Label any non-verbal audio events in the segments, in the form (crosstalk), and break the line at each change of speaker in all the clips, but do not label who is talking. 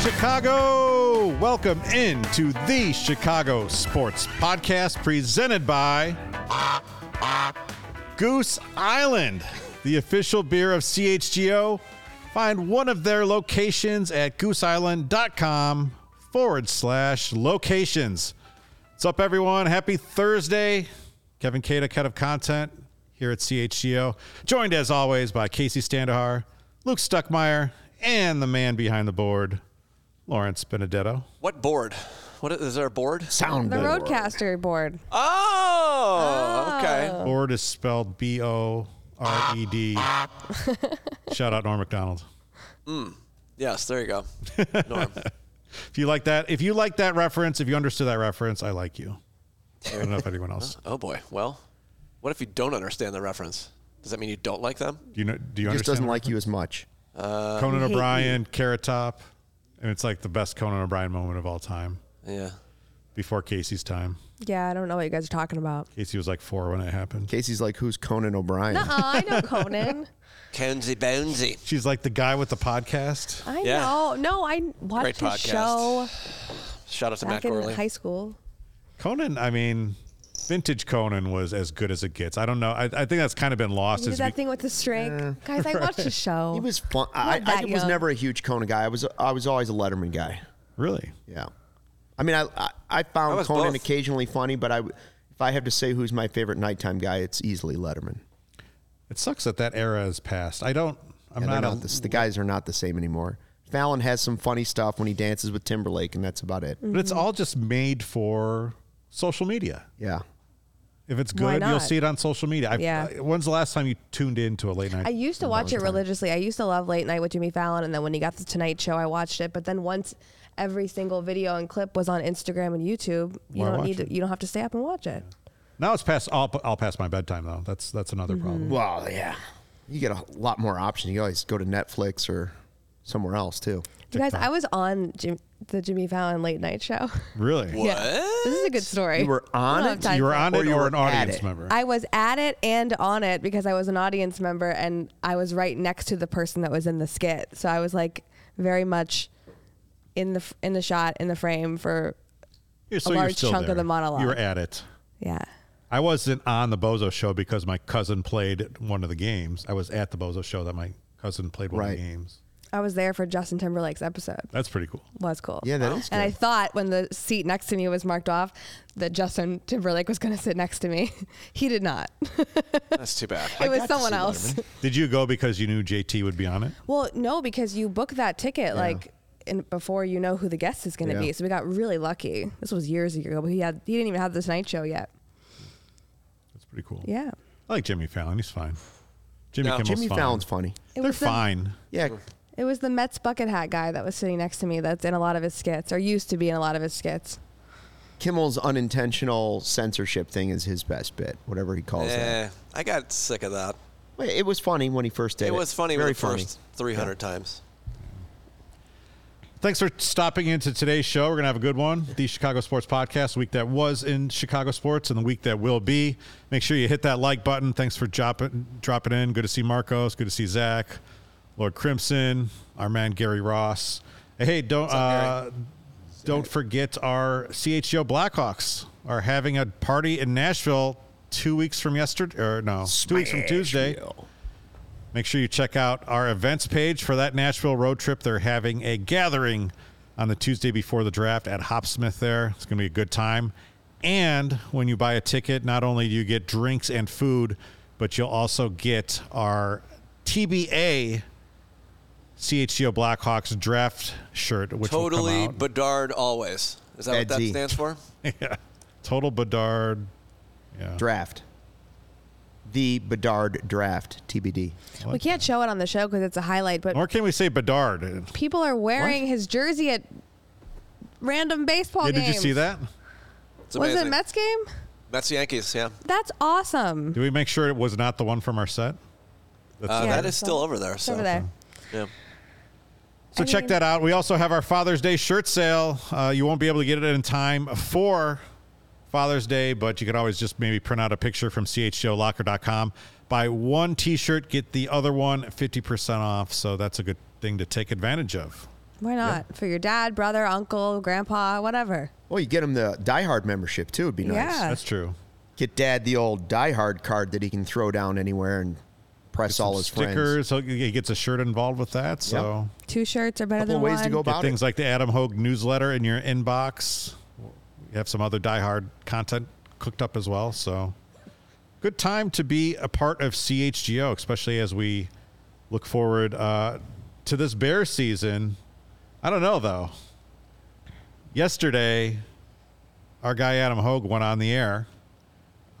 Chicago, welcome into the Chicago Sports Podcast presented by Goose Island, the official beer of CHGO. Find one of their locations at gooseisland.com forward slash locations. What's up, everyone? Happy Thursday. Kevin Cada, head of content here at CHGO, joined as always by Casey Standahar, Luke Stuckmeyer, and the man behind the board, Lawrence Benedetto.
What board? What is, is there a board?
Sound
The roadcaster board.
Oh, okay.
Oh.
Board is spelled B O R E D. Shout out Norm McDonald.
Yes, there you go. Norm.
If you like that, if you like that reference, if you understood that reference, I like you. I don't know if anyone else.
oh boy. Well, what if you don't understand the reference? Does that mean you don't like them?
Do you know? Do you understand?
just doesn't like you as much.
Conan O'Brien, Carrot Top, and it's like the best Conan O'Brien moment of all time.
Yeah.
Before Casey's time,
Yeah, I don't know what you guys are talking about.
Casey was like four when it happened.
Casey's like, who's Conan O'Brien?
Nuh-uh, I (laughs) know Conan.
Conesy Bonesy.
She's like the guy with the podcast.
I
Yeah.
know. No, I
Great
watched his
podcast.
show
Shout out to
back
Matt
in
Gorley.
high school.
Conan, I mean, vintage Conan was as good as it gets. I don't know. I, I think that's kind of been lost.
He did
as
that
we-
thing with the string. guys, I watched
(laughs)
his show.
He was fun. I,
Not
I
that
was
young.
never a huge Conan guy. I was I was always a Letterman guy.
really?
Yeah, I mean, I I, I
I
found
was
Conan
both.
occasionally funny, but I w- if I have to say who's my favorite nighttime guy, it's easily Letterman.
It sucks that that era is past. I don't. I'm
And they're
not,
not
a,
the, s- the guys are not the same anymore. Fallon has some funny stuff when he dances with Timberlake, and that's about it.
But it's all just made for social media.
Yeah,
If it's
Why
good, you'll
not?
see it on social media. I,
Yeah.
I- when's the last time you tuned into a late night?
I used to watch it religiously. I used to love Late Night with Jimmy Fallon, and then when he got the Tonight Show, I watched it. But then once every single video and clip was on Instagram and YouTube, you
Why
don't
watch
need
it?
to, you don't have to stay up and watch it.
now it's past. I'll, I'll pass my bedtime though. That's that's
Mm-hmm.
another problem.
well, yeah, you get a lot more options. You always go to Netflix or somewhere else too.
You guys, I was on Jim, the Jimmy Fallon Late Night Show. (laughs)
Really?
What?
This is a good story.
You were on
I don't
it?
have time
You were
for
on
Or
it
you
or
were
an
at
audience
it.
member?
I was at it and on it because I was an audience member and I was right next to the person that was in the skit. So I was like very much in the in the shot in the frame for
Yeah, so
a
you're
large
still
chunk of
there.
the monologue.
You were at it.
yeah.
I wasn't on the Bozo show because my cousin played at one of the games. I was at the Bozo show that my cousin played one of
Right.
the games.
I was there for Justin Timberlake's episode.
That's pretty cool.
Was cool.
Yeah, that is
And I
good.
thought when the seat next to me was marked off that Justin Timberlake was going to sit next to me. (laughs) he did not. it
That's too
(laughs)
bad.
got
was
to
someone
see
else.
Did you go because you knew JT would be on it?
Well, no, because you book that ticket like in, before you know who the guest is going to
Yeah.
be. So we got really lucky. This was years ago, but he had he didn't even have the Tonight Show yet.
That's pretty cool.
Yeah,
I like Jimmy Fallon. He's fine. Jimmy
No.
Kimmel's
Jimmy
fine.
Fallon's funny.
It
They're
was the-
fine.
Yeah,
it was the Mets bucket hat guy that was sitting next to me. That's in a lot of his skits, or used to be in a lot of his skits.
Kimmel's unintentional censorship thing is his best bit, whatever he calls
Eh, I got sick of that.
that. It was funny when he first did it.
It was funny
Very
the
funny.
first 300 times.
Thanks for stopping into today's show. We're going to have a good one. The Chicago Sports Podcast, week that was in Chicago sports and the week that will be. Make sure you hit that like button. Thanks for dropping, dropping in. Good to see Marcos. Good to see Zach, Lord Crimson, our man Gary Ross. Hey, don't uh, don't forget our CHGO Blackhawks are having a party in Nashville two weeks from yesterday, or no, two weeks from Tuesday. Make sure you check out our events page for that Nashville road trip. They're having a gathering on the Tuesday before the draft at Hopsmith there. It's going to be a good time. And when you buy a ticket, not only do you get drinks and food, but you'll also get our TBA CHGO Blackhawks draft shirt, which will
Totally
come out.
Bedard always. Is that what that
Bedsy.
stands for?
total Bedard.
Draft. the Bedard draft, TBD.
We can't show it on the show because it's a highlight, but
Or can we say Bedard?
people are wearing his jersey at random baseball
Yeah,
games.
did you see that?
It's
Was it
amazing.
a Mets game?
Mets Yankees, yeah.
That's awesome.
Did we make sure it was not the one from our set? That's
Uh,
the-
Yeah,
that is
so-
still over there.
It's
So.
over there.
Yeah.
So
I
check
mean-
that out. We also have our Father's Day shirt sale. Uh, you won't be able to get it in time for Father's Day, but you can always just maybe print out a picture from chjolocker.com. Buy one T-shirt, get the other one 50% off. So that's a good thing to take advantage of.
Why not? For your dad, brother, uncle, grandpa, whatever.
Well, you get him the Die Hard membership too. It'd be nice.
Yeah.
That's true.
Get Dad the old Die Hard card that he can throw down anywhere and press all his friends.
Stickers. So he gets a shirt involved with that. So
Two shirts are better
Couple
than
ways
one.
to go
get
about
things
it.
like the Adam Hogue newsletter in your inbox. We have some other diehard content cooked up as well. So good time to be a part of CHGO, especially as we look forward uh, to this bear season. I don't know though. Yesterday, our guy Adam Hogue went on the air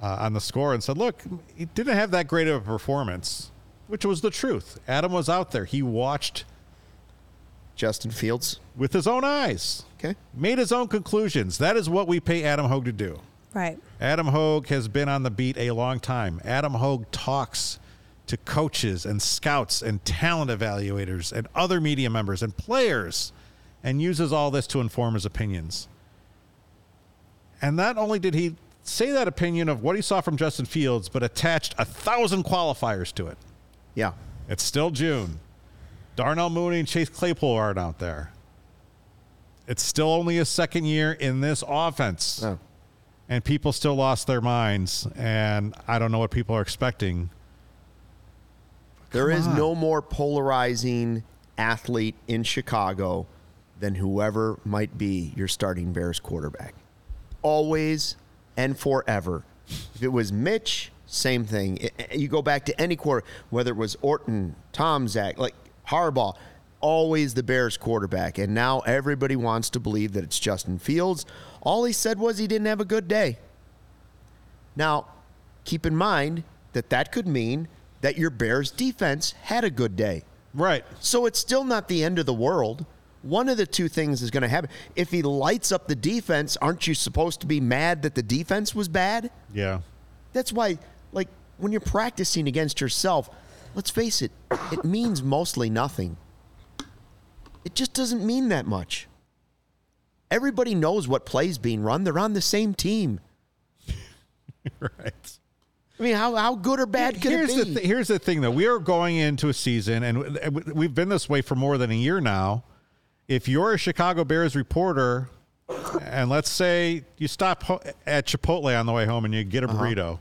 uh, on the score and said, "Look, he didn't have that great of a performance," which was the truth. Adam was out there. He watched
Justin Fields.
with his own eyes.
Okay.
Made his own conclusions. That is what we pay Adam Hogue to do.
Right.
Adam Hogue has been on the beat a long time. Adam Hogue talks to coaches and scouts and talent evaluators and other media members and players and uses all this to inform his opinions. And not only did he say that opinion of what he saw from Justin Fields, but attached a thousand qualifiers to it.
Yeah.
It's still June. Darnell Mooney and Chase Claypool aren't out there. It's still only his second year in this offense,
Oh.
and people still lost their minds. And I don't know what people are expecting.
There is
on.
no more polarizing athlete in Chicago than whoever might be your starting Bears quarterback. Always and forever. If it was Mitch, same thing. I- I- You go back to any quarter, whether it was Orton, Tom Zach, like Harbaugh, always the Bears quarterback. And now everybody wants to believe that it's Justin Fields. All he said was he didn't have a good day. Now, keep in mind that that could mean that your Bears defense had a good day.
Right.
So it's still not the end of the world. One of the two things is going to happen. If he lights up the defense, aren't you supposed to be mad that the defense was bad?
Yeah. (laughs)
That's why, like, when you're practicing against yourself, let's face it, it means mostly nothing. It just doesn't mean that much. Everybody knows what plays being run. They're on the same team.
Right.
I mean, how, how good or bad could
here's
it be?
the th- here's the thing though we are going into a season and w- w- we've been this way for more than a year now if you're a chicago bears reporter and let's say you stop ho- at chipotle on the way home and you get a
Uh-huh.
burrito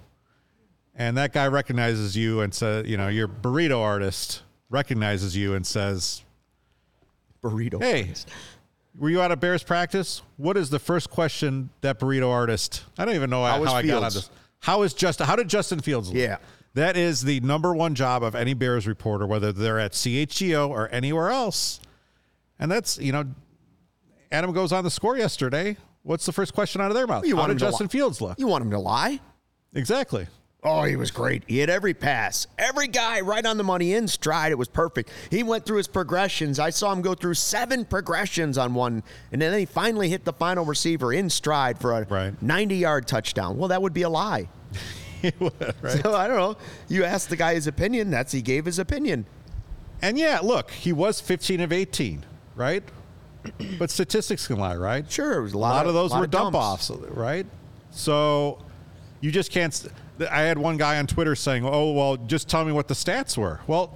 and that guy recognizes you and says you know your burrito artist recognizes you and says
burrito.
hey were you out of bears practice what is the first question that burrito artist i don't even know how,
How is
i got on
Fields?
this how is justin how did justin fields look?
Yeah.
That is the number one job of any Bears reporter, whether they're at CHGO or anywhere else. And that's, you know, Adam goes on the score yesterday. What's the first question out of their mouth?
You
How
want
did
him to
Justin
li-
Fields look?
You want him to lie?
exactly.
Oh, he was great. He hit every pass, every guy right on the money in stride. It was perfect. He went through his progressions. I saw him go through seven progressions on one, and then he finally hit the final receiver in stride for a
Right.
90 yard touchdown. Well, that would be
(laughs)
a lie. (laughs)
right.
So I don't know. You asked the guy his opinion. That's he gave his opinion.
And yeah, look, he was 15 of 18, right? (clears throat) But statistics can lie, right?
Sure, it was
A
a lot,
lot of those
lot
were dump
dumps.
offs, right? So you just can't. s- I had one guy on Twitter saying, "Oh, well, just tell me what the stats were." Well,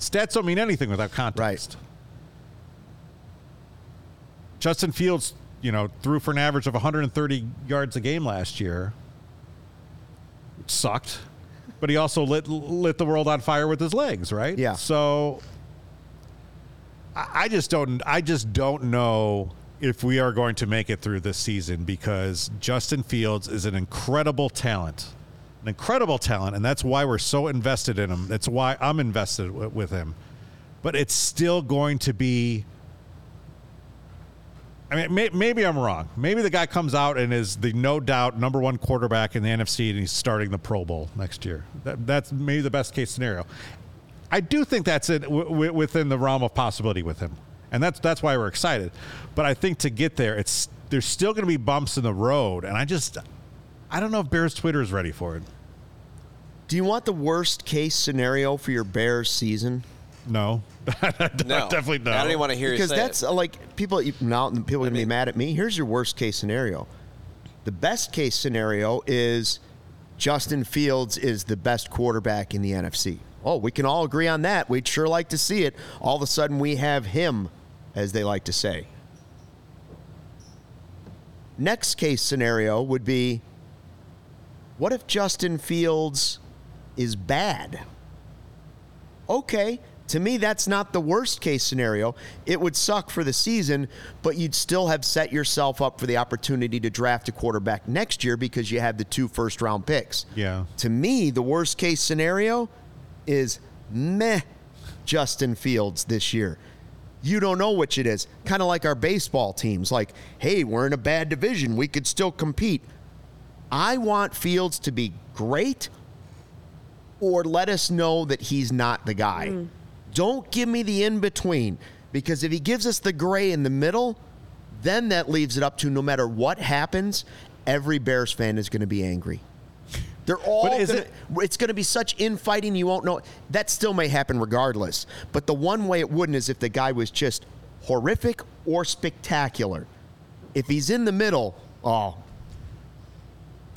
stats don't mean anything without context. Justin Fields, you know, threw for an average of 130 yards a game last year. It sucked, but he also lit lit the world on fire with his legs, right?
Yeah.
So I I just don't. I just don't know if we are going to make it through this season because Justin Fields is an incredible talent, an incredible talent, and that's why we're so invested in him. That's why I'm invested w- with him. But it's still going to be I mean, may, maybe I'm wrong. Maybe the guy comes out and is the no doubt number one quarterback in the NFC, and he's starting the Pro Bowl next year. That, that's maybe the best case scenario. I do think that's it w- w- within the realm of possibility with him, and that's that's why we're excited. But I think to get there, it's there's still going to be bumps in the road, and I just I don't know if Bears Twitter is ready for it.
Do you want the worst case scenario for your Bears season?
No, (laughs)
No,
definitely no.
I don't even want to hear
Because
you say
that's
it.
uh, like people now people are gonna be mad at me. Here's your worst case scenario. The best case scenario is Justin Fields is the best quarterback in the NFC. Oh, we can all agree on that. We'd sure like to see it. All of a sudden, we have him, as they like to say. Next case scenario would be what if Justin Fields is bad? okay. To me, that's not the worst case scenario. It would suck for the season, but you'd still have set yourself up for the opportunity to draft a quarterback next year because you have the two first round picks.
Yeah.
To me, the worst case scenario is meh Justin Fields this year. You don't know which it is. Kind of like our baseball teams like, hey, we're in a bad division. We could still compete. I want Fields to be great or let us know that he's not the guy. Don't give me the in between because if he gives us the gray in the middle, then that leaves it up to no matter what happens, every Bears fan is going to be angry. They're all.
But is
gonna-
it-
it's going to be such infighting. You won't know. That still may happen regardless. But the one way it wouldn't is if the guy was just horrific or spectacular. If he's in the middle, oh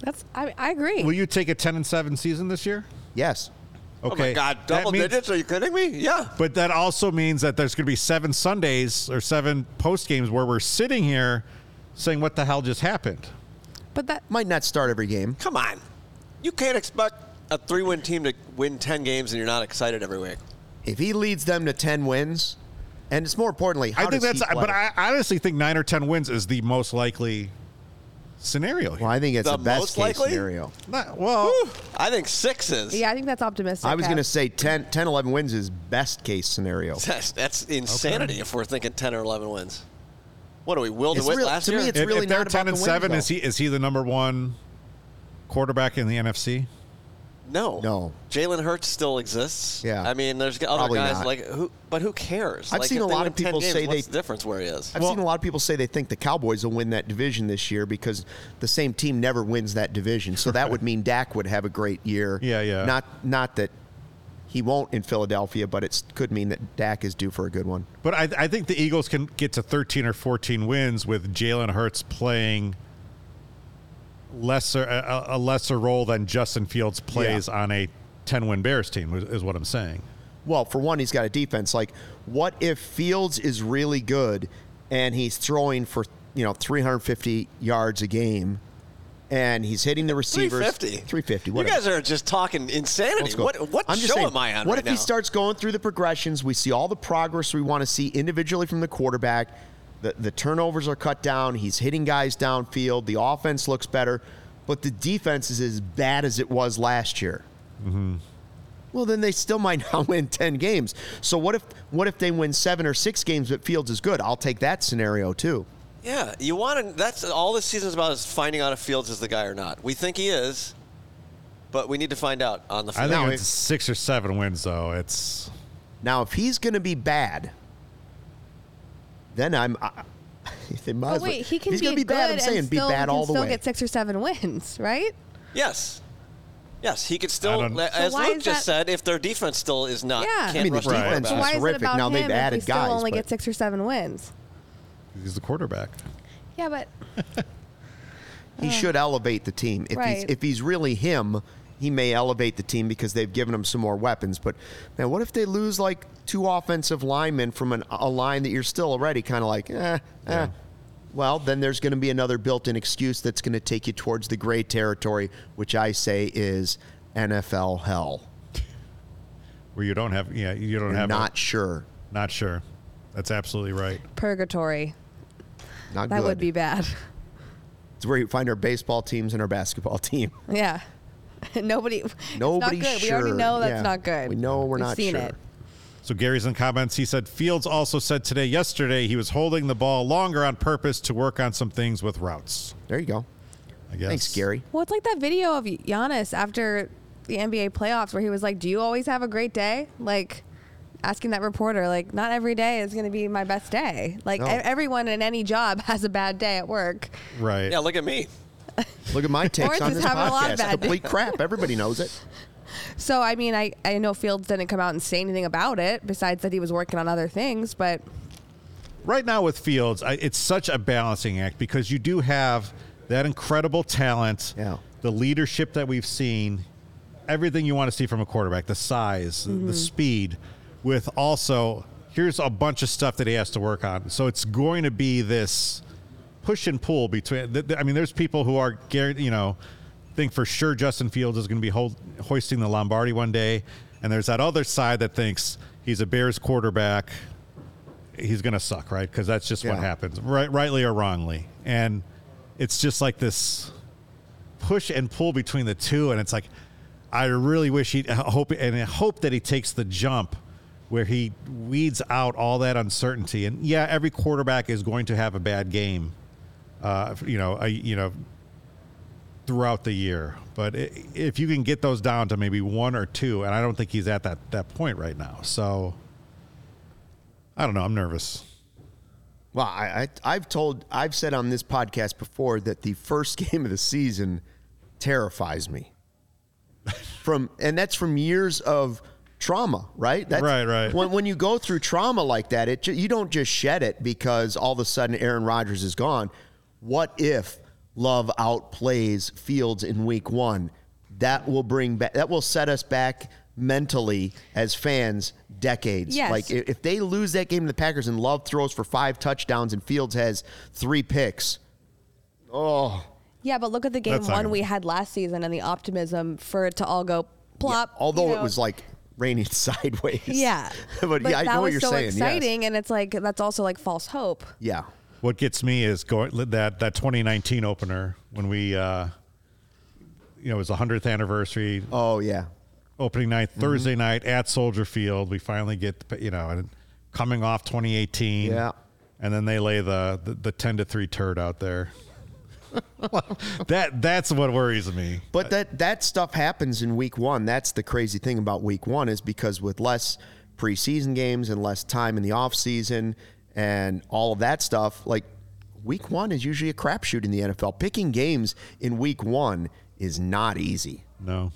That's I, I agree.
Will you take a ten and seven season this year?
yes,
Okay.
oh my God,
That
double
means-
digits? Are you kidding me? Yeah.
But that also means that there's going to be seven Sundays or seven post games where we're sitting here saying, "What the hell just happened?"
but that
might not start every game.
Come on. You can't expect a three win team to win 10 games and you're not excited every week.
if he leads them to 10 wins, and it's more importantly, how
I think
does he
that's.
play?
But I honestly think nine or ten wins is the most likely scenario. Here.
well, I think it's the,
The
best
most
case
likely?
scenario.
Not- well,
I think six is.
yeah, I think that's optimistic.
I was
Kev.
going to say 10, 10, 11 wins is best
(laughs)
case
(laughs)
scenario.
That's, that's insanity if we're thinking 10 or 11 wins. What are we, Will
It's
DeWitt
real-
last
to me,
year?
it's
if,
really
if they're
not about
ten
the
and
wins,
seven,
though.
is he is he the number one quarterback in the NFC?
no.
No.
Jalen Hurts still exists.
Yeah.
I mean, there's other
Probably
guys
not.
like who, but who cares?
I've
Like,
seen
if
a
they
lot
win
of
10
people
games,
say
what's
they-
the difference where he is.
I've seen a lot of people say they think the Cowboys will win that division this year because the same team never wins that division. So that
(laughs)
would mean Dak would have a great year.
Yeah, yeah.
Not not that he won't in Philadelphia, but it could mean that Dak is due for a good one.
But I, I think the Eagles can get to 13 or 14 wins with Jalen Hurts playing lesser a, a lesser role than Justin Fields plays on a 10 win Bears team is- is what I'm saying.
Well, for one, he's got a defense. Like, what if Fields is really good and he's throwing for you know 350 yards a game, and he's hitting the receivers
350.
350.
You
Whatever.
guys are just talking
Let's
insanity.
go.
What, what
I'm
show
just saying,
am I on
What
right
if he
now?
starts going through the progressions? We see all the progress we want to see individually from the quarterback. The, the turnovers are cut down. He's hitting guys downfield. The offense looks better, but the defense is as bad as it was last year. Well, then they still might (laughs) not win ten games. So what if what if they win seven or six games, but Fields is good? I'll take that scenario too.
Yeah, you want to. That's all this season's about is finding out if Fields is the guy or not. We think he is, but we need to find out on the
I
field.
think
No,
it's
it-
six or seven wins though. It's
Now, if he's going to be bad, then I'm. I, (laughs) they might
But
as well-
Oh, wait, he can
if he's
be
gonna be bad.
good
I'm saying
and
be
still,
bad
can
all the
still
way.
get six or seven wins, right?
yes, yes, he could
I
still.
don't-
As
So why
Luke
is
just
that-
said, if their defense still is not,
Yeah.
can't
I mean,
the
rush the
defense
quarterback.
was
Why is it
terrific.
about
Now
him
they've
if we
added
still
guys,
only
but-
get six or seven wins?
he's the quarterback.
Yeah, but
He should elevate the team. If he's
Right.
if he's really him, he may elevate the team because they've given him some more weapons. But man, what if they lose like two offensive linemen from an, a line that you're still already kind of like, eh, eh. Well, then there's going to be another built-in excuse that's going to take you towards the gray territory, which I say is NFL hell.
Where you don't have yeah, you don't
You're
have a-
not sure.
not sure. That's absolutely right.
purgatory.
Not
That
good.
would be bad. (laughs)
It's where you find our baseball teams and our basketball (laughs) team.
yeah. (laughs) Nobody. it's
Nobody
not good.
sure.
We already know that's
Yeah.
not good.
We know we're
We've
not
seen
sure.
it.
So Gary's in comments. He said Fields also said today, yesterday, he was holding the ball longer on purpose to work on some things with routes.
There you go.
I guess.
Thanks, Gary.
Well, it's like that video of Giannis after the NBA playoffs where he was like, "Do you always have a great day?" Like asking that reporter, like, "Not every day is going to be my best day." Like
No.
e- everyone in any job (laughs) has a bad day at work.
Right.
Yeah, look at me.
Look
(laughs)
at my takes
Lawrence
on
is
this
having a lot of
podcast.
bad
Complete crap.
(laughs)
Everybody knows it.
So I mean, I I know Fields didn't come out and say anything about it besides that he was working on other things, but
right now with Fields, I, it's such a balancing act because you do have that incredible talent,
Yeah.
the leadership that we've seen, everything you want to see from a quarterback, the size, the- the speed, with also here's a bunch of stuff that he has to work on. So it's going to be this push and pull between. th- th- I mean, there's people who are, guar- you know, think for sure Justin Fields is going to be hold, hoisting the Lombardi one day, and there's that other side that thinks he's a Bears quarterback. He's going to suck, right? Because that's just what
Yeah.
happens, right, rightly or wrongly, and it's just like this push and pull between the two, and it's like I really wish he I hope and I hope that he takes the jump where he weeds out all that uncertainty. And yeah, every quarterback is going to have a bad game, uh, you know, a, you know, throughout the year. But i if you can get those down to maybe one or two, and I don't think he's at that that point right now. So I don't know. I'm nervous.
Well, I, I, I've told, I've said on this podcast before that the first (laughs) game of the season
(laughs)
terrifies me. From and that's from years of trauma, right? That's,
Right, right.
When when you go through trauma like that, it ju- you don't just shed it because all of a sudden Aaron Rodgers is gone. What if Love outplays Fields in Week One? That will bring back. That will set us back mentally as fans decades.
Yes.
Like i- if they lose that game to the Packers and Love throws for five touchdowns and Fields has three picks, oh,
yeah. But look at the game
That's not
one
gonna-
we had last season and the optimism for it to all go plop.
although
you
it
know.
was like raining (laughs) sideways.
Yeah,
(laughs) but, yeah, I
that
know
was
what you're
so
saying. yes.
exciting, and it's like that's also like false hope.
Yeah.
What gets me is going that that 2019 opener when we, uh, you know, it was the hundredth anniversary.
Oh yeah.
opening night Thursday night at Soldier Field. We finally get the- you know and coming off 2018.
Yeah.
And then they lay the the, the 10 to 3 turd out there. that that's what worries me.
But that that stuff happens in week one. That's the crazy thing about week one is because with less preseason games and less time in the off season and all of that stuff, like week one is usually a crapshoot in the NFL. Picking games in week one is not easy.
No.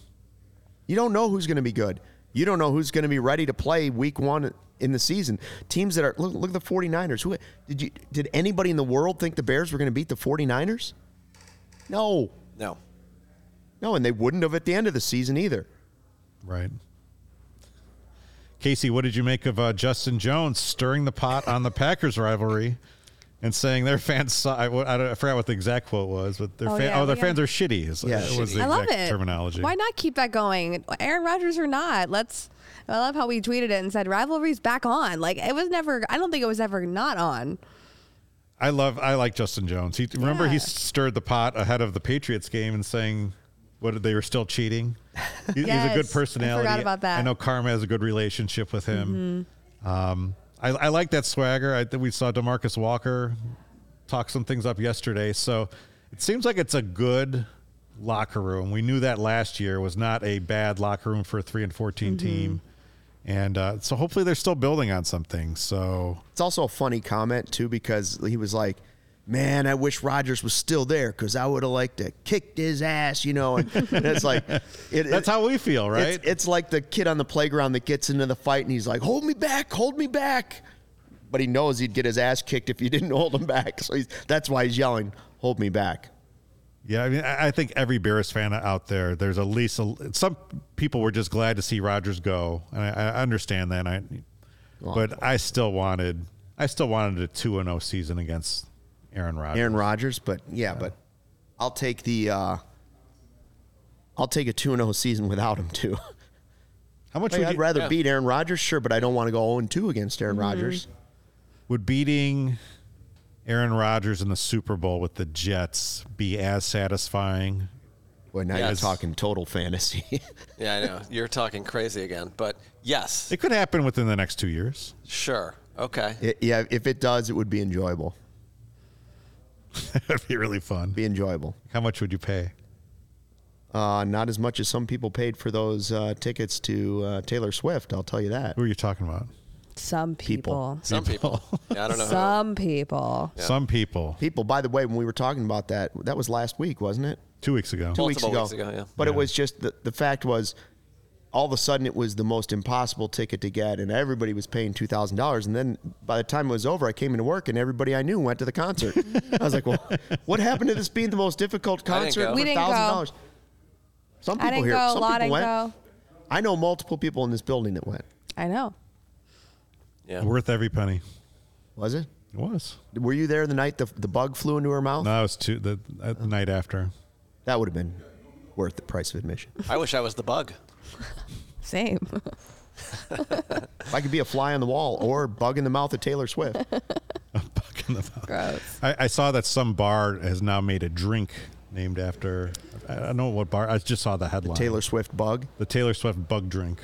You don't know who's going to be good. You don't know who's going to be ready to play week one in the season. Teams that are look, look at the 49ers. Who did you did anybody in the world think the Bears were going to beat the 49ers? No.
No.
No, and they wouldn't have at the end of the season either.
Right. Casey, what did you make of uh, Justin Jones stirring the pot on the Packers rivalry and saying their fans suck? I, I, don't- I forgot what the exact quote was, but their
Oh,
fan,
yeah,
oh their
we
fans
got-
are shitty. Is,
Yeah,
was the
I love
exact
it.
terminology.
Why not keep that going? Aaron Rodgers or not? Let's. I love how we tweeted it and said rivalry's back on. Like it was never. I don't think it was ever not on.
I love. I like Justin Jones. He remember he
Yeah.
stirred the pot ahead of the Patriots game and saying, "What they were still cheating." He- He's a
Yes, I
good
forgot
personality.
about that. Mm-hmm.
I know Karma has a good relationship with him. Um, I, I like that swagger. I think we saw Demarcus Walker talk some things up yesterday. So it seems like it's a good locker room. We knew that last year was not a bad locker room for a three and 14
Mm-hmm.
team, and uh, so hopefully they're still building on something. So
It's also a funny comment too because he was like, "Man, I wish Rodgers was still there because I would have liked to kicked his ass," you know. And, and
(laughs)
it's like, it,
that's how we feel, right?
It's, it's like the kid on the playground that gets into the fight and he's like, "Hold me back, hold me back," but he knows he'd get his ass kicked if you didn't hold him back. So he's, that's why he's yelling, "Hold me back."
Yeah, I mean, I I think every Bears fan out there, there's at least a, some people were just glad to see Rodgers go, and I, I understand that. And I, but I still wanted, I still wanted a two and zero season against Aaron Rodgers.
Aaron Rodgers, but yeah, but I'll take the, uh, I'll take a two and zero season without him too. (laughs)
How much
Like,
would,
Oh, I'd
you,
rather beat Aaron Rodgers, sure, but I don't want to go 0 2 against Aaron Rodgers.
would beating Aaron Rodgers in the Super Bowl with the Jets be as satisfying
Boy, now
Yes.
you're talking total fantasy. (laughs)
Yeah, I know. You're talking crazy again. But yes,
It could happen within the next two years. (laughs)
sure. Okay.
It- yeah, if it does, it would be enjoyable.
That'd be really fun.
Be enjoyable.
How much would you pay?
Uh, not as much as some people paid for those uh, tickets to uh, Taylor Swift. I'll tell you that.
Who are you talking about?
Some people.
Some people. Yeah, I
Uh-huh.
don't know. who.
Some people.
Some people.
People, by the way, when we were talking about that, that was last week, wasn't it?
Two weeks ago.
Two
Multiple weeks ago, yeah.
But it was just the, the fact was, all of a sudden, it was the most impossible ticket to get, and everybody was paying two thousand dollars. And then by the time it was over, I came into work, and everybody I knew went to the concert. I was like, "Well, (laughs) what happened to this being the most difficult
I didn't
concert
go.
for
We
thousand
didn't go.
dollars?" Some people
I didn't
here,
go.
some
Law
people
didn't
went.
go.
I know multiple people in this building that went.
I know.
Yeah.
Worth every penny.
Was it?
It was.
Were you there the night the, the bug flew into her mouth?
No, it was two, the, uh, the night after. (laughs)
That would have been worth the price of admission.
I wish I was the bug.
Same. (laughs)
if I could be a fly on the wall or bug in the mouth of Taylor Swift.
Buck in the mouth.
Gross.
I, I saw that some bar has now made a drink named after. I don't know what bar. I just saw the headline.
Taylor Swift bug.
The Taylor Swift bug drink.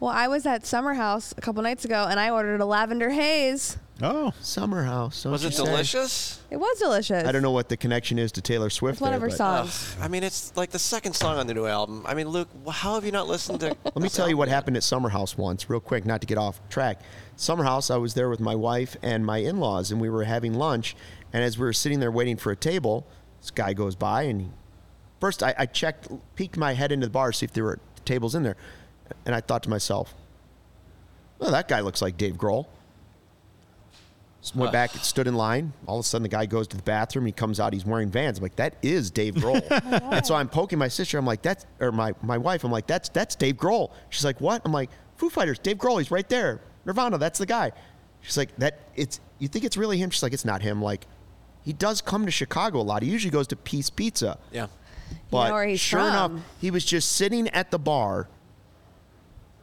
Well, I was at Summer House a couple nights ago and I ordered a lavender haze.
Oh,
Summer house. don't
Was
you
it
say?
delicious?
It was delicious.
I don't know what the connection is to Taylor Swift.
It's one
there,
of her
but-
songs.
I mean, it's like the second song on the new album. I mean, Luke, wh- how have you not listened to?
Let me tell you what happened at Summer House once, real quick, not to get off track. Summer House, I was there with my wife and my in laws, and we were having lunch. And as we were sitting there waiting for a table, this guy goes by, and he, first I, I checked, peeked my head into the bar to see if there were tables in there. And I thought to myself, well, that guy looks like Dave Grohl. Just Went back, stood in line. All of a sudden, the guy goes to the bathroom. He comes out. He's wearing Vans. I'm like, that is Dave Grohl. and so I'm poking my sister. I'm like, that's or my my wife. I'm like, that's that's Dave Grohl. She's like, what? I'm like, Foo Fighters. Dave Grohl. He's right there. Nirvana. That's the guy. She's like, that. It's you think it's really him? She's like, it's not him. Like, he does come to Chicago a lot. He usually goes to Peace Pizza.
Yeah.
But
know where he's
sure enough,
from.
he was just sitting at the bar.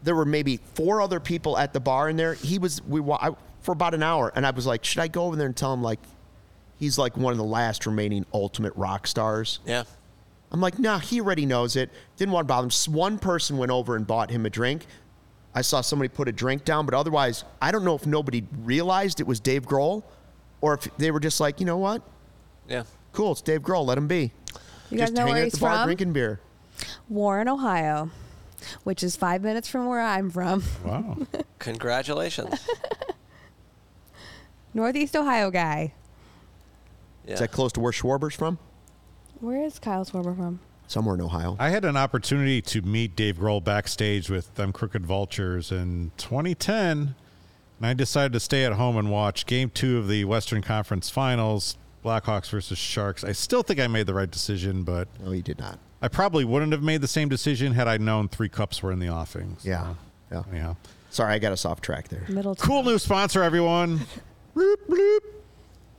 There were maybe four other people at the bar in there. He was we wa- I, for about an hour, and I was like, should I go over there and tell him like he's like one of the last remaining ultimate rock stars?
Yeah.
I'm like, nah, he already knows it. Didn't want to bother him. S- One person went over and bought him a drink. I saw somebody put a drink down, but otherwise, I don't know if nobody realized it was Dave Grohl, or if they were just like, you know what,
Yeah.
cool, it's Dave Grohl, let him be.
You guys
uh, just
know
hanging
where
at the
he's
bar
from?
drinking beer.
Warren, Ohio, which is five minutes from where I'm from. (laughs)
wow.
Congratulations.
Northeast Ohio guy.
Yeah.
Is that close to where Schwarber's from?
Where is Kyle Swarmer from?
Somewhere in Ohio.
I had an opportunity to meet Dave Grohl backstage with them Crooked Vultures in 2010, and I decided to stay at home and watch Game Two of the Western Conference Finals, Blackhawks versus Sharks. I still think I made the right decision, but
No, he did not.
I probably wouldn't have made the same decision had I known three cups were in the offing. So,
Yeah, yeah.
Anyhow.
Sorry, I got us off track there.
Middleton.
Cool new sponsor, everyone. (laughs) Bloop, bloop.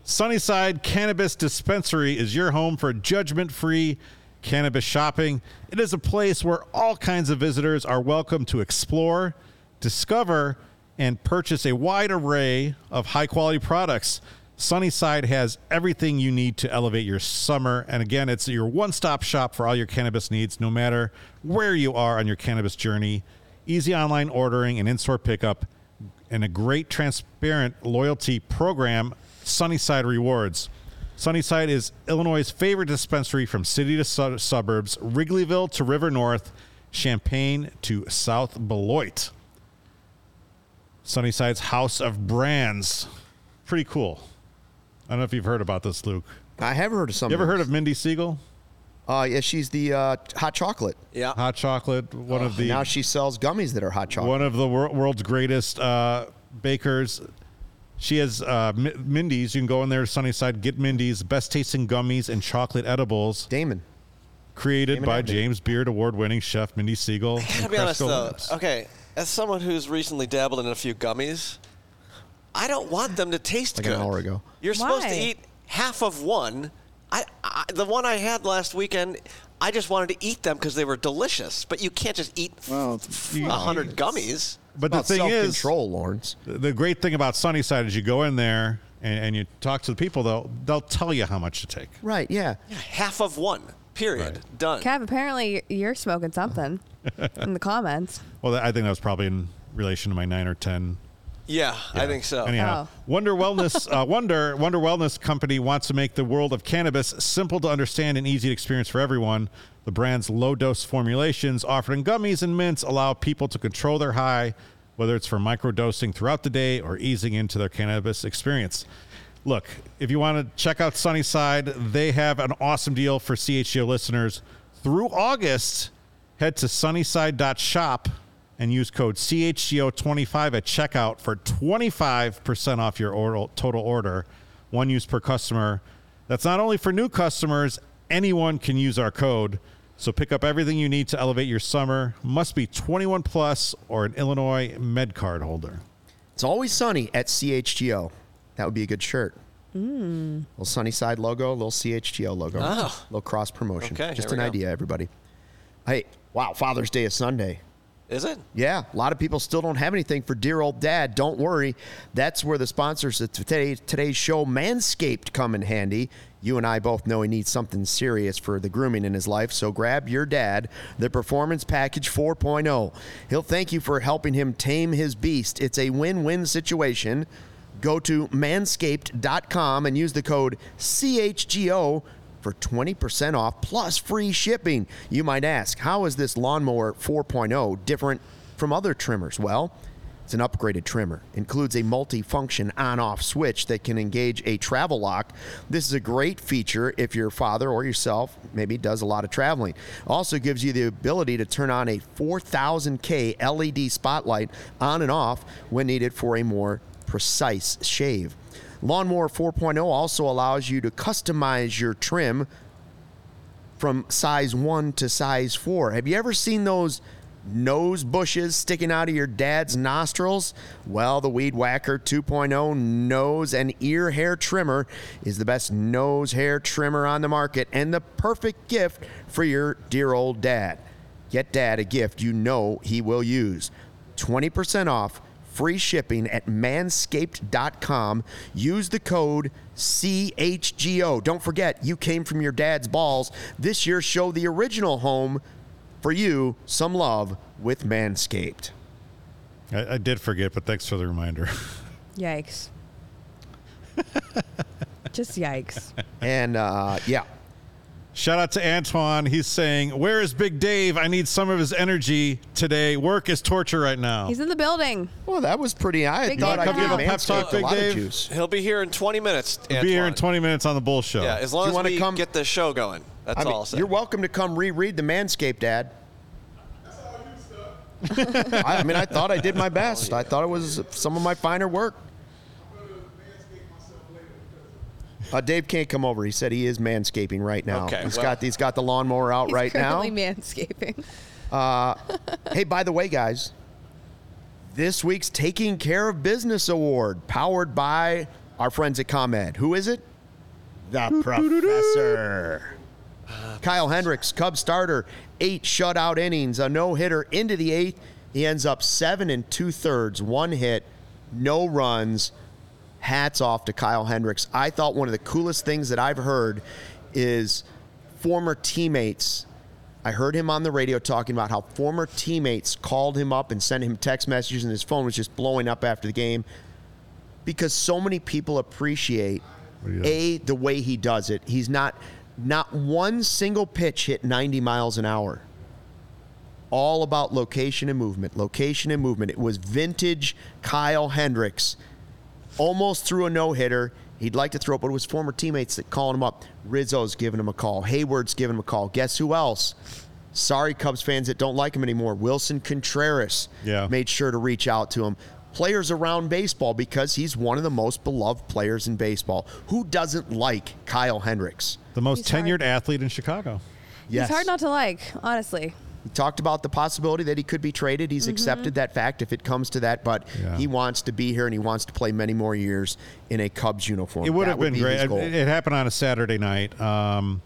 Sunnyside Cannabis Dispensary is your home for judgment free cannabis shopping. It is a place where all kinds of visitors are welcome to explore, discover, and purchase a wide array of high quality products. Sunnyside has everything you need to elevate your summer. And again, it's your one stop shop for all your cannabis needs, no matter where you are on your cannabis journey. Easy online ordering and in store pickup and a great transparent loyalty program, Sunnyside Rewards. Sunnyside is Illinois' favorite dispensary from city to su- suburbs, Wrigleyville to River North, Champaign to South Beloit. Sunnyside's House of Brands. Pretty cool. I don't know if you've heard about this, Luke.
I have heard of some.
You ever heard of Mindy Siegel?
Uh, yeah, she's the uh, hot chocolate.
yeah.
Hot chocolate, one of the
Now she sells gummies that are hot chocolate.
one of the wor- world's greatest uh, bakers. She has uh, Mi- Mindy's. You can go in there, Sunnyside, get Mindy's best tasting gummies and chocolate edibles,
Damon.
created
Damon
by
Abbott.
James Beard award-winning chef Mindy
(laughs)
Siegel.
I gotta be honest though. Okay, as someone who's recently dabbled in a few gummies, I don't want them to taste
Like an
good.
hour ago.
You're supposed to
Why?
eat half of one. I, I the one I had last weekend. I just wanted to eat them because they were delicious. But you can't just eat
Well,
a hundred gummies.
But the thing is,
control, Lawrence.
the great thing about Sunnyside is you go in there and, and you talk to the people. They'll they'll tell you how much to take.
Right? Yeah.
Half of one. Period. Done.
Kev, apparently you're smoking
(laughs)
something in the comments.
Well, that, I think that was probably in relation to my nine or ten.
yeah, I think so.
Anyhow,
Oh.
Wonder Wellness, uh, Wonder Wonder Wellness Company wants to make the world of cannabis simple to understand and easy to experience for everyone. The brand's low dose formulations, offered in gummies and mints, allow people to control their high, whether it's for microdosing throughout the day or easing into their cannabis experience. Look, if you want to check out Sunnyside, they have an awesome deal for CHGO listeners through August. Head to sunnyside.shop and use code CHGO25 at checkout for 25% off your oral, total order, one use per customer. That's not only for new customers, anyone can use our code. So pick up everything you need to elevate your summer. Must be 21 plus or an Illinois med card holder.
It's always sunny at CHGO. That would be a good shirt. Little Sunnyside logo, little CHGO logo.
Oh.
Little cross promotion.
Okay,
Just
there
an
we go.
idea, everybody. Hey, wow, Father's Day is Sunday.
Is it?
Yeah, a lot of people still don't have anything for dear old dad. Don't worry. That's where the sponsors of today, today's show, Manscaped, come in handy. You and I both know he needs something serious for the grooming in his life, so grab your dad, the Performance Package 4.0. He'll thank you for helping him tame his beast. It's a win win situation. Go to manscaped.com and use the code CHGO for 20% off plus free shipping. You might ask, how is this lawnmower 4.0 different from other trimmers? Well, it's an upgraded trimmer. Includes a multi-function on-off switch that can engage a travel lock. This is a great feature if your father or yourself maybe does a lot of traveling. Also gives you the ability to turn on a 4000K LED E spotlight on and off when needed for a more precise shave. Lawnmower 4.0 also allows you to customize your trim from size 1 to size 4. Have you ever seen those nose bushes sticking out of your dad's nostrils? Well, the Weed Whacker 2.0 nose and ear hair trimmer is the best nose hair trimmer on the market and the perfect gift for your dear old dad. Get dad a gift you know he will use. 20% off, free shipping at manscaped.com. Use the code CHGO. Don't forget, you came from your dad's balls. This year, show the original home for you some love with Manscaped.
I, I did forget, but thanks for the reminder. (laughs)
Yikes. Just yikes.
And uh, yeah,
Shout out to Antoine. He's saying, Where is Big Dave? I need some of his energy today. Work is torture right now.
He's in the building.
well, that was pretty. I
Big
thought
Dave,
I
come
gave
give
a pep talk,
Manscaped a
Big
lot of
Dave.
juice.
He'll be here in 20 minutes.
Be here in
Antoine.
20 minutes on the Bull Show.
Yeah, as
you
long as
wanna
we
come-
get the show going. That's
I mean,
all I'll say.
You're welcome to come reread the Manscaped ad. I, I mean, I thought I did my best. I thought it was some of my finer work. Uh, Dave can't come over. He said he is manscaping right now.
Okay,
He's
well-
got he's got the lawnmower out
He's
right now.
currently manscaping.
hey, by the way, guys, this week's Taking Care of Business Award, powered by our friends at ComEd. Who is it?
(laughs)
The professor. Kyle Hendricks, Cub starter, eight shutout innings, a no hitter into the eighth. He ends up seven and two thirds, one hit, no runs. Hats off to Kyle Hendricks. I thought one of the coolest things that I've heard is former teammates. I heard him on the radio talking about how former teammates called him up and sent him text messages, and his phone was just blowing up after the game because so many people appreciate
you
a the way he does it. He's not not one single pitch hit 90 miles an hour. All about location and movement, location and movement. It was vintage Kyle Hendricks. Almost threw a no hitter. He'd like to throw it, but it was former teammates that calling him up. Rizzo's giving him a call. Hayward's giving him a call. Guess who else? Sorry, Cubs fans that don't like him anymore. Wilson Contreras
Yeah.
made sure to reach out to him. Players around baseball because he's one of the most beloved players in baseball. Who doesn't like Kyle Hendricks?
The most
He's
tenured
hard.
athlete in Chicago.
Yes.
It's hard not to like, honestly.
He talked about the possibility that he could be traded.
Mm-hmm.
He's accepted that fact if it comes to that, but
Yeah.
he wants to be here and he wants to play many more years in a Cubs uniform.
It would
That
have been
be
great.
his
It,
goal.
it happened on a Saturday night. Um,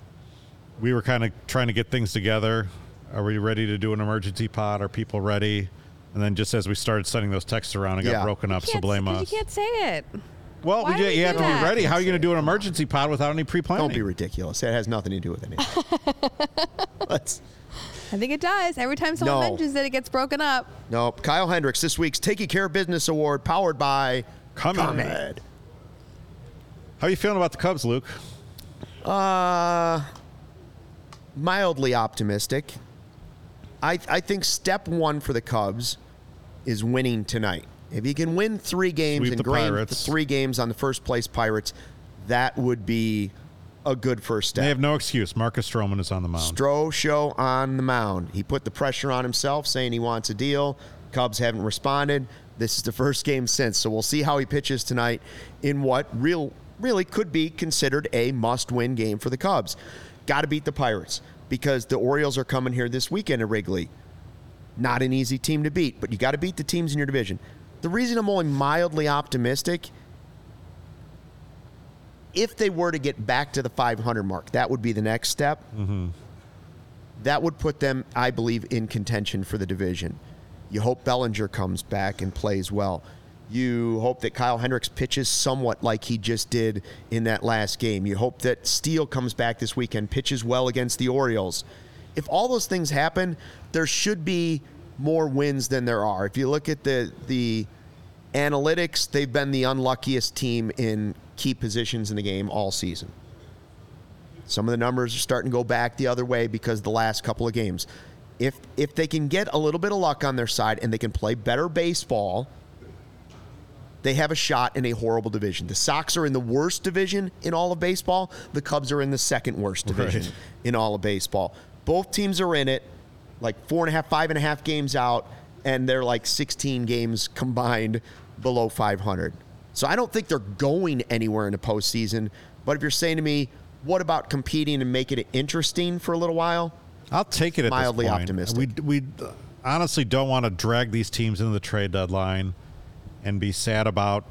we were kind of trying to get things together. Are we ready to do an emergency pod? Are people ready? And then just as we started sending those texts around, it got
Yeah.
broken up.
You
So
can't-
blame
'cause
us.
You can't say it.
Well,
Why
we
do
ju-
we
you
do
have to
that?
be ready. How are you going to do an emergency pod without any pre-planning?
Don't be ridiculous. That has nothing to do with anything. (laughs) Let's,
I think it does. Every time someone
No.
mentions it, it gets broken up.
no, Kyle Hendricks this week's Taking Care of Business Award, powered by
Comed.
Comed.
How are you feeling about the Cubs, Luke?
Uh, mildly optimistic. I, I think step one for the Cubs is winning tonight. If you can win three games
Sweep
and
the
grain
Pirates.
three games on the first place Pirates, that would be a good first step.
They have no excuse. Marcus Stroman is on the mound.
Stroh show on the mound. He put the pressure on himself, saying he wants a deal. Cubs haven't responded. This is the first game since, so we'll see how he pitches tonight in what real really could be considered a must-win game for the Cubs. Got to beat the Pirates because the Orioles are coming here this weekend at Wrigley. Not an easy team to beat, but you got to beat the teams in your division. The reason I'm only mildly optimistic if they were to get back to the 500 mark, that would be the next step. That would put them, I believe, in contention for the division. You hope Bellinger comes back and plays well. You hope that Kyle Hendricks pitches somewhat like he just did in that last game. You hope that Steele comes back this weekend, pitches well against the Orioles. If all those things happen, there should be more wins than there are. If you look at the the analytics, they've been the unluckiest team in key positions in the game all season. Some of the numbers are starting to go back the other way because of the last couple of games. If if they can get a little bit of luck on their side and they can play better baseball, they have a shot in a horrible division. The Sox are in the worst division in all of baseball. The Cubs are in the second worst division
Right.
in all of baseball. Both teams are in it, like four and a half, five and a half games out, and they're like 16 games combined below 500. So I don't think they're going anywhere in the postseason. But if you're saying to me, what about competing and making it interesting for a little while?
I'll take it at
Mildly
this point.
optimistic.
We we honestly don't want to drag these teams into the trade deadline and be sad about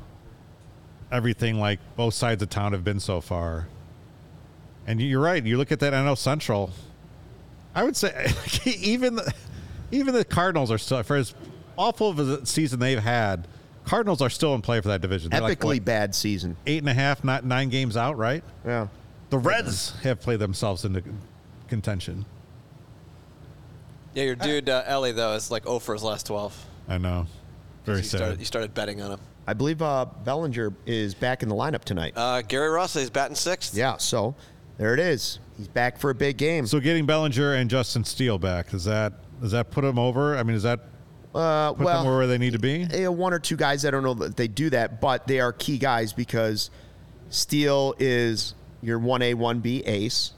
everything like both sides of town have been so far. And you're right. You look at that NL Central. I would say (laughs) even the, even the Cardinals are still for as awful of a season they've had. Cardinals are still in play for that division. They're like,
Epically
what,
bad season.
eight and a half, not nine games out, right?
Yeah.
The Reds have played themselves into contention.
Yeah, your dude uh, Ellie though is like 0 for his last 12.
I know.
So
Very
you,
sad.
started, you started betting on him.
I believe uh, Bellinger is back in the lineup tonight.
Uh, Gary Ross is batting sixth.
yeah, so there it is. He's back for a big game.
So getting Bellinger and Justin Steele back does that does that put them over? I mean, does that
uh,
put
well,
them where they need to be?
you know, Eh, one or two guys. I don't know that they do that, but they are key guys because Steele is your one A one B ace.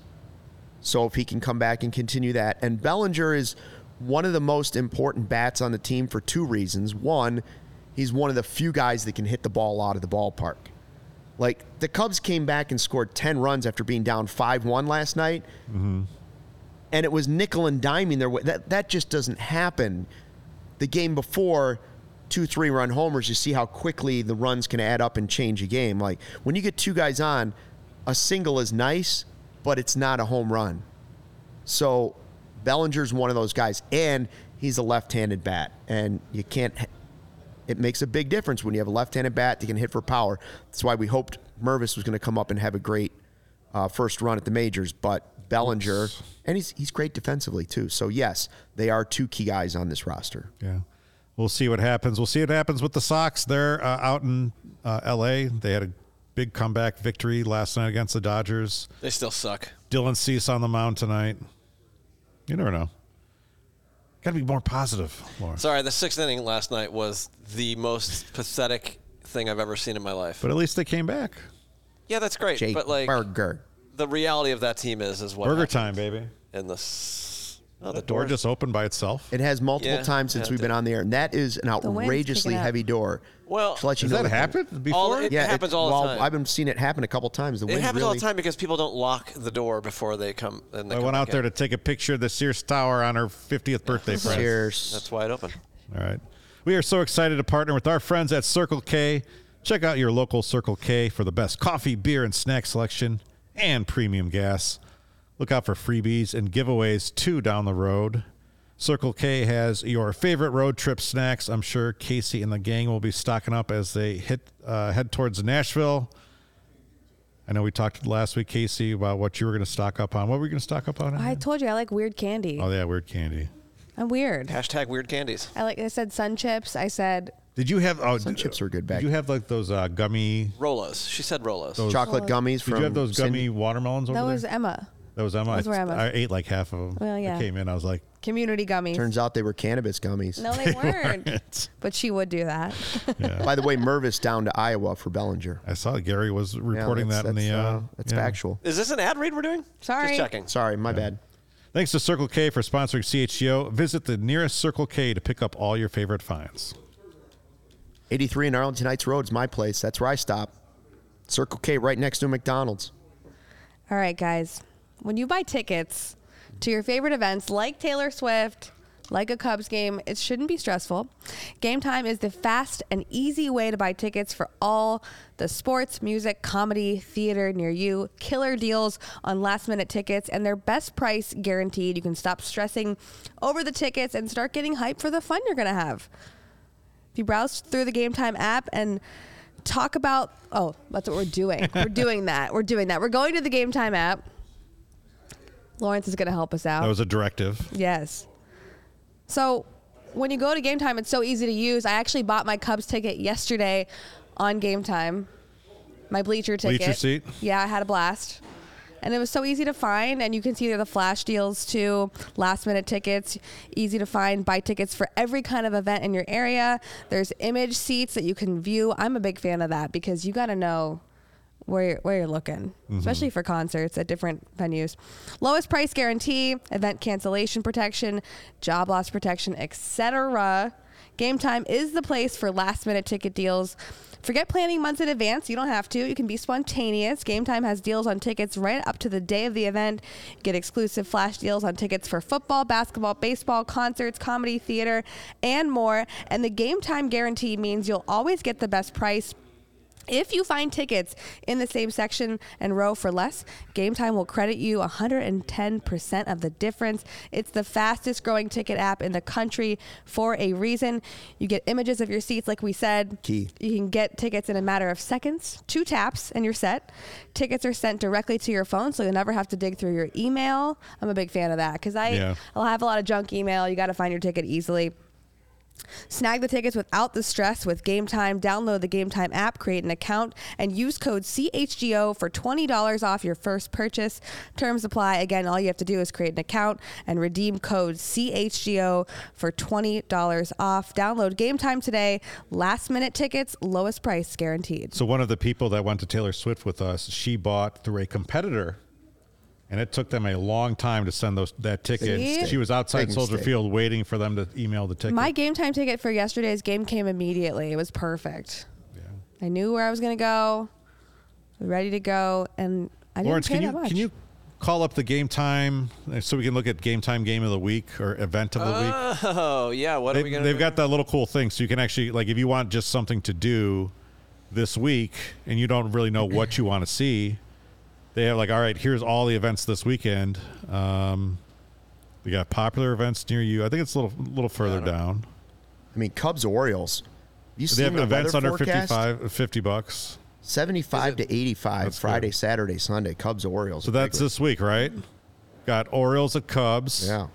So if he can come back and continue that, and Bellinger is one of the most important bats on the team for two reasons. One, he's one of the few guys that can hit the ball out of the ballpark. Like the Cubs came back and scored ten runs after being down five one last night and it was nickel and diming their way. That that just doesn't happen. The game before, two three run homers. You see how quickly the runs can add up and change a game. Like when you get two guys on, a single is nice, but it's not a home run. So Bellinger's one of those guys, and he's a left-handed bat, and you can't. It makes a big difference when you have a left-handed bat that can hit for power. That's why we hoped Mervis was going to come up and have a great uh, first run at the majors, but Bellinger, and he's he's great defensively too. So yes, they are two key guys on this roster.
Yeah, we'll see what happens. We'll see what happens with the Sox. They're uh, out in uh, L.A. They had a big comeback victory last night against the Dodgers.
They still suck.
Dylan Cease on the mound tonight. You never know. Got to be more positive, Laura.
Sorry, the sixth inning last night was the most pathetic thing I've ever seen in my life.
But at least they came back.
yeah, that's great.
Jake
but like
Berger.
the reality of that team is is what
Burger
happened.
time, baby.
And the s- oh, the
The door
door
just opened by itself.
It has multiple
Yeah,
times since
yeah, it
we've been
did.
on the air, and that is an
wind's
outrageously
picking up.
heavy door.
Well,
To let you
Does
know
that happen before?
All it-
Yeah, it-
happens all the
well,
time.
I've been seeing it happen a couple times. The
It
wind
happens
really,
all the time because people don't lock the door before they come. And they
I
come
went out
back
there to
in.
take a picture of the Sears Tower on her 50th birthday. friends.
Cheers.
That's wide open.
All right. We are so excited to partner with our friends at Circle K. Check out your local Circle K for the best coffee, beer, and snack selection and premium gas. Look out for freebies and giveaways too down the road. Circle K has your favorite road trip snacks. I'm sure Casey and the gang will be stocking up as they hit uh, head towards Nashville. I know we talked last week, Casey, about what you were going to stock up on. What were you going to stock up on?
I told you I like weird candy.
oh yeah, weird candy.
I'm weird.
Hashtag weird candies.
I like I said sun chips. I said
Did you have oh,
Sun
d-
chips were good back
Did you have like those uh, gummy?
Rolos. She said Rolos.
Chocolate gummies
Did
from
you have those gummy
Cindy-
watermelons over
that was
there?
Emma.
that was Emma.
those were
I,
Emma's.
I ate like half of them.
Well,
I
yeah.
came in, I was like, (laughs)
Community gummies.
Turns out they were cannabis gummies.
no, they weren't. (laughs)
weren't.
But she would do that.
By the way, Mervis down to Iowa for Bellinger.
I saw Gary was
Yeah,
reporting
that's-
that in
that's,
the. Uh,
that's
yeah.
factual.
Is this an ad read we're doing?
Sorry.
Just checking.
Sorry, my bad.
Thanks to Circle K for sponsoring CHGO. Visit the nearest Circle K to pick up all your favorite finds.
83 and Arlington Heights Road's my place. That's where I stop. Circle K right next to McDonald's.
All right, guys. When you buy tickets to your favorite events like Taylor Swift, like a Cubs game, it shouldn't be stressful. Game Time is the fast and easy way to buy tickets for all the sports, music, comedy, theater near you. Killer deals on last minute tickets and their best price guaranteed. You can stop stressing over the tickets and start getting hyped for the fun you're going to have. If you browse through the Game Time app and talk about, oh, that's what
(laughs)
we're doing. we're doing that. We're doing that. We're going to the Game Time app. Lawrence is going to help us out.
That was a directive.
yes. So when you go to Game Time, it's so easy to use. I actually bought my Cubs ticket yesterday on Game Time, my bleacher ticket.
Bleacher seat?
Yeah, I had a blast. And it was so easy to find, and you can see there the flash deals too, last minute tickets, easy to find. Buy tickets for every kind of event in your area. There's image seats that you can view. I'm a big fan of that because you got to know where you're, where you're looking, especially for concerts at different venues. Lowest price guarantee, event cancellation protection, job loss protection, etc. Game time is the place for last minute ticket deals. Forget planning months in advance. You don't have to. You can be spontaneous. Game time has deals on tickets right up to the day of the event. Get exclusive flash deals on tickets for football, basketball, baseball, concerts, comedy, theater, and more. And the game time guarantee means you'll always get the best price. If you find tickets in the same section and row for less, Game Time will credit you 110% of the difference. It's the fastest growing ticket app in the country for a reason. You get images of your seats, like we said.
Key.
You can get tickets in a matter of seconds, two taps, and you're set. Tickets are sent directly to your phone, so you'll never have to dig through your email. I'm a big fan of that because I,
Yeah.
I'll have a lot of junk email. You got to find your ticket easily. Snag the tickets without the stress with Game Time. Download the Game Time app, create an account, and use code CHGO for $20 off your first purchase. Terms apply. Again, all you have to do is create an account and redeem code CHGO for $20 off. Download Game Time today. Last minute tickets, lowest price guaranteed.
So one of the people that went to Taylor Swift with us, she bought through a competitor, and it took them a long time to send those that ticket.
See?
She was outside
Big
Soldier
mistake.
Field waiting for them to email the ticket.
My Game Time ticket for yesterday's game came immediately. It was perfect. I knew where I was going to go, ready to go, and I didn't
Lawrence,
pay
can
that
you
much.
can you call up the game time uh, so we can look at game time game of the week or event of the week?
Oh yeah. What are we
They,
gonna?
they've
do?
got that little cool thing, so you can actually like if you want just something to do this week and you don't really know what you want to see, they have like all right, here's all the events this weekend. Um, we got popular events near you. I think it's a little little further down.
I mean, Cubs Orioles. You
They
see
have
the
events
weather
under
forecast?
55, 50 bucks.
75 to 85
That's
Friday,
good.
Saturday, Sunday. Cubs Orioles.
So that's this week, right? Got Orioles at Cubs.
Yeah.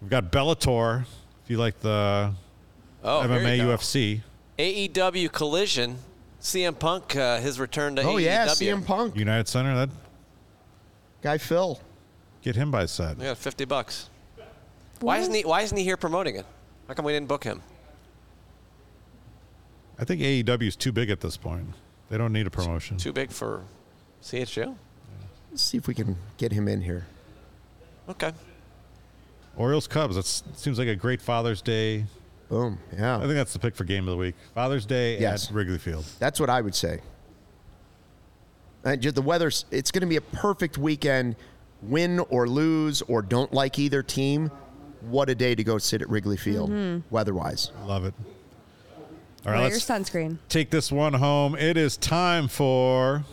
We've got Bellator. If you like the
oh, here
MMA
you go.
UFC,
AEW Collision. CM Punk, uh, his return to E AEW.
Oh yeah, CM Punk.
United Center. That
Guy Phil.
get him by set.
Yeah, fifty bucks. Why isn't he? Why isn't he here promoting it? How come we didn't book him?
I think AEW is too big at this point. They don't need a promotion.
Too big for CHGO.
Let's see if we can get him in here.
Okay.
Orioles Cubs. That seems like a great Father's Day.
Boom.
I
Yeah.
think that's the pick for game of the week. Father's Day
Yes.
at Wrigley Field.
That's what I would say. And ju- the weather's it's going to be a perfect weekend. Win or lose or don't like either team. What a day to go sit at Wrigley Field
Mm-hmm.
weather-wise.
Love it. All right,
Wear your
let's
sunscreen.
take this one home. It is time for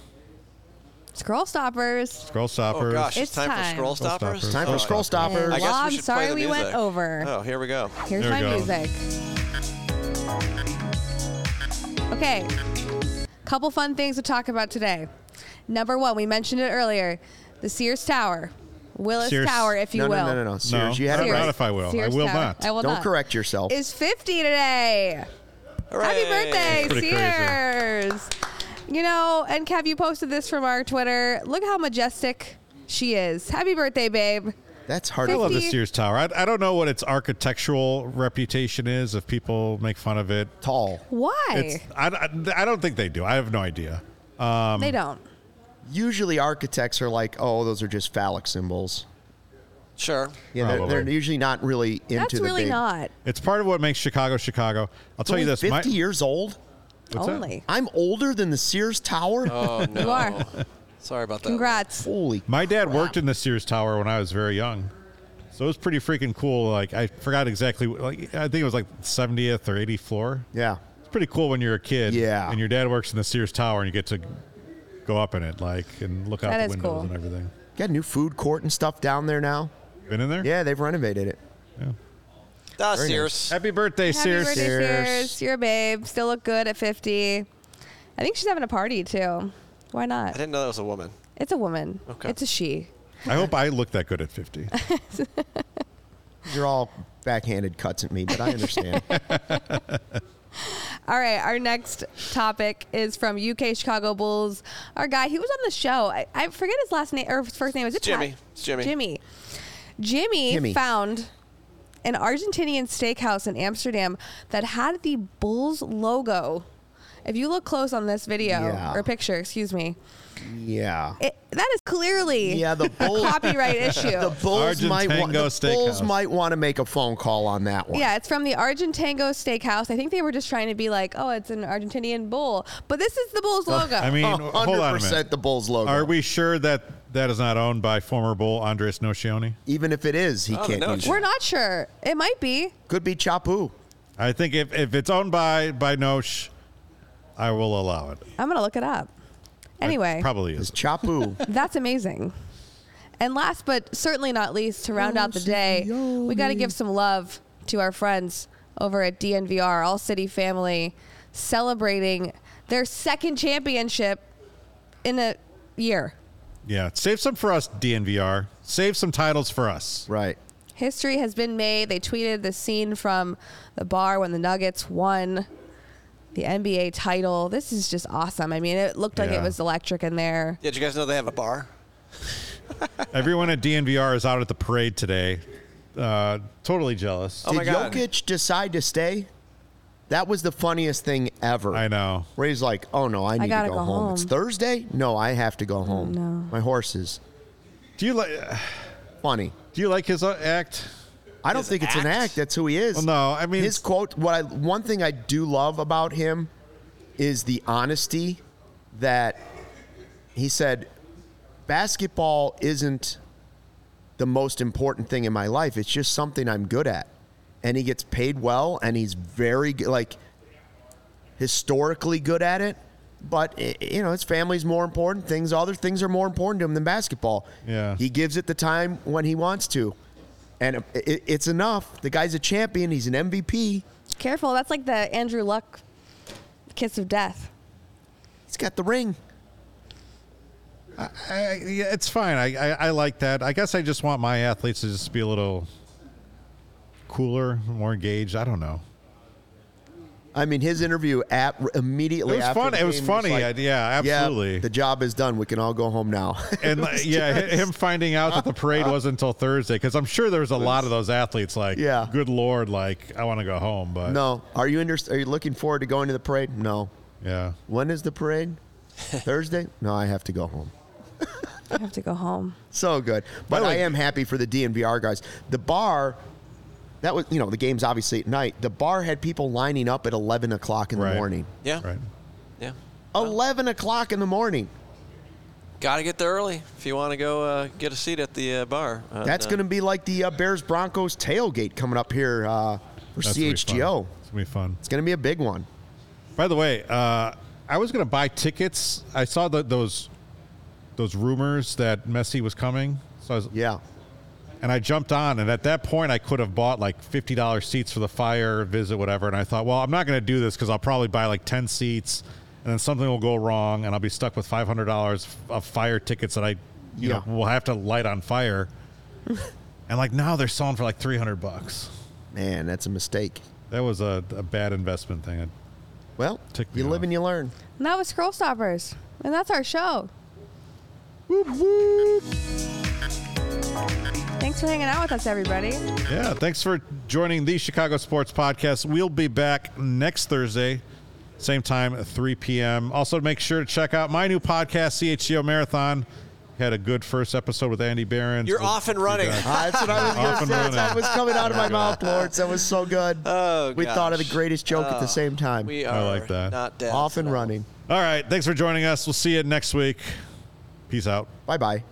Scroll stoppers.
Scroll stoppers.
Oh gosh, it's,
It's
time,
time.
for scroll
Scroll
stoppers.
stoppers.
Time for
Oh,
scroll
I-
stoppers.
I guess
Well, I'm
we should
sorry
play the
we
music.
went over.
Oh, here we go.
Here's
There we
my
go.
music. Okay. Couple fun things to talk about today. Number one, we mentioned it earlier. The Sears Tower. Willis
Sears-
Tower, if you
no,
will.
no, no, no, no. Sears, you had
I
it
don't know
right.
if I will.
Sears
I will
Tower.
not.
I will
Don't
not.
correct yourself.
Is 50 today.
Hooray.
Happy birthday,
pretty
Sears. You know, and Kev, you posted this from our Twitter. Look how majestic she is. Happy birthday, babe.
That's hard.
I
to
love the
See?
Sears Tower. I, I don't know what its architectural reputation is. If people make fun of it,
Tall.
Why?
it's um, I, I I don't think they do. I have no idea.
they don't.
Usually architects are like, oh, those are just phallic symbols.
Sure.
Yeah, they're,
Probably.
they're usually not really into
That's
the
really
big-
not
It's part of what makes Chicago Chicago. I'll tell you
Only
this.
50
my-
years old?
what's that?
only.
I'm older than the Sears Tower?
Oh no.
You are.
Sorry about that.
(laughs)
Congrats.
Holy
My dad worked in the Sears Tower when I was very young. So it was pretty freaking cool. Like I forgot exactly like I think it was like 70th or 80th floor.
Yeah.
It's pretty cool when you're a kid
Yeah.
and your dad works in the Sears Tower and you get to go up in it like and look out
That
the
is
windows
cool.
and everything.
Got a new food court and stuff down there now.
Been in there?
Yeah, they've renovated it.
That's
Very nice.
Sears.
Happy birthday, (laughs)
Happy
Sears.
birthday,
Sears.
Sears. You're a babe. Still look good at 50. I think she's having a party too. Why
I
not?
didn't know that was a woman.
It's a woman.
Okay.
It's a she.
I hope I look that good at 50.
These are all backhanded cuts at me,
(laughs)
but I understand.
All right, our next topic is from UK Chicago Bulls. Our guy, he was on the show. I, I forget his last name or his first name. Is it
Jimmy.
Pat?
It's Jimmy.
Jimmy. Jimmy
Jimmy.
found an Argentinian steakhouse in Amsterdam that had the Bulls logo. If you look close on this video
Yeah.
or picture, excuse me,
yeah.
it, that is clearly
Yeah, the
a
Bulls.
copyright issue.
(laughs) The Bulls might
Argentango
want the Bulls
Steakhouse.
might want to make a phone call on that one.
Yeah, it's from the Argentango Steakhouse. I think they were just trying to be like, oh, it's an Argentinian bull. But this is the
Oh,
Bulls logo.
I
(laughs)
mean, hold on a minute.
100% the Bulls logo.
Are we sure that that is not owned by former Bull Andres Nocioni?
Even if it is, he
Oh,
can't
no,
use
we're
it.
not sure. It might be.
Could be Chapu.
I think if, if it's owned by by Nosh, I will allow it.
I'm going to look it up. Anyway,
Probably is.
It's
(laughs)
Chapu.
that's amazing. And last but certainly not least, to round out the day, we got to give some love to our friends over at DNVR, All City Family, celebrating their second championship in a year.
Yeah, save some for us, DNVR. Save some titles for us.
right.
History has been made. They tweeted the scene from the bar when the Nuggets won the NBA title. This is just awesome. I mean, it looked like
Yeah.
it was electric in there.
Yeah, did you guys know they have a bar?
Everyone at DNVR is out at the parade today. Uh, totally jealous.
Oh
Did
my God.
Jokic decide to stay? That was the funniest thing ever.
I know.
Where he's like, "Oh no, I need
gotta
to go,
go
home. It's
home. Mm,
Thursday. No, I have to go home.
no.
My horses.
Do you like?
Funny.
Do you like his uh, act?
I don't think it's an
act?
act. That's who he is.
Well, no, I mean-
his quote. What I one thing I do love about him is the honesty that he said. Basketball isn't the most important thing in my life. It's just something I'm good at, and he gets paid well, and he's very good, like historically good at it. But i- you know, his family's more important. Things, other things are more important to him than basketball.
Yeah.
he gives it the time when he wants to, and it- it, it's enough. The guy's a champion. He's an MVP.
Careful, that's like the Andrew Luck kiss of death.
He's got the ring.
I, yeah, it's fine. I, I I like that. I guess I just want my athletes to just be a little cooler, more engaged. I don't know.
I mean, his interview at immediately
It was
after
fun-
the
it was
game, he
funny.
like,
I- yeah, absolutely.
the job is done. We can all go home now. (laughs)
And like, yeah, hi- him finding out that the parade wasn't until Thursday because I'm sure there was a lot of those athletes like,
Yeah.
good lord, like I want to go home, but
no, are you inter- Are you looking forward to going to the parade? No.
yeah.
When is
(laughs)
the parade? Thursday? No, I have to go home.
I have to go home.
So good. But
the
I
way-
am happy for the DNVR guys. The bar, that was, you know, the game's obviously at night. The bar had people lining up at 11 o'clock in
Right.
the morning.
Yeah.
Right.
Yeah.
11 o'clock in the morning.
Got to get there early if you want to go uh, get a seat at the uh, bar. Uh,
That's
uh,
going to be like the uh, Bears Broncos tailgate coming up here uh, for
That's gonna be fun.
CHGO.
It's gonna be fun.
It's going to be a big one.
By the way, uh, I was going to buy tickets. I saw that those those rumors that Messi was coming. So I was,
Yeah.
and I jumped on, and at that point I could have bought like fifty dollars seats for the fire visit, whatever. And I thought, well, I'm not going to do this because I'll probably buy like ten seats, and then something will go wrong, and I'll be stuck with five hundred dollars of fire tickets that I, you know,
Yeah.
will have to light on
(laughs)
fire. and like now they're selling for like three hundred bucks.
Man, that's a mistake.
That was a, a bad investment thing.
Well,
Ticked me
you live
off.
and you learn.
And that was Scroll Stoppers. And that's our show. Thanks for hanging out with us, everybody.
Yeah, thanks for joining the Chicago Sports Podcast. We'll be back next Thursday, same time, 3 p.m. Also, make sure to check out my new podcast, CHGO Marathon. Had a good first episode with Andy Barron.
You're
We'll
off and running.
be back.
Ah, (laughs) that's what I was
Off
going to
and
say.
running.
That was coming out of my mouth, Lawrence. That was so good.
Oh,
we thought of the
gosh.
greatest joke at the same time.
We are
I like that.
not dead.
Off and running.
All right, thanks for joining us. We'll see you next week. Peace out.
Bye bye.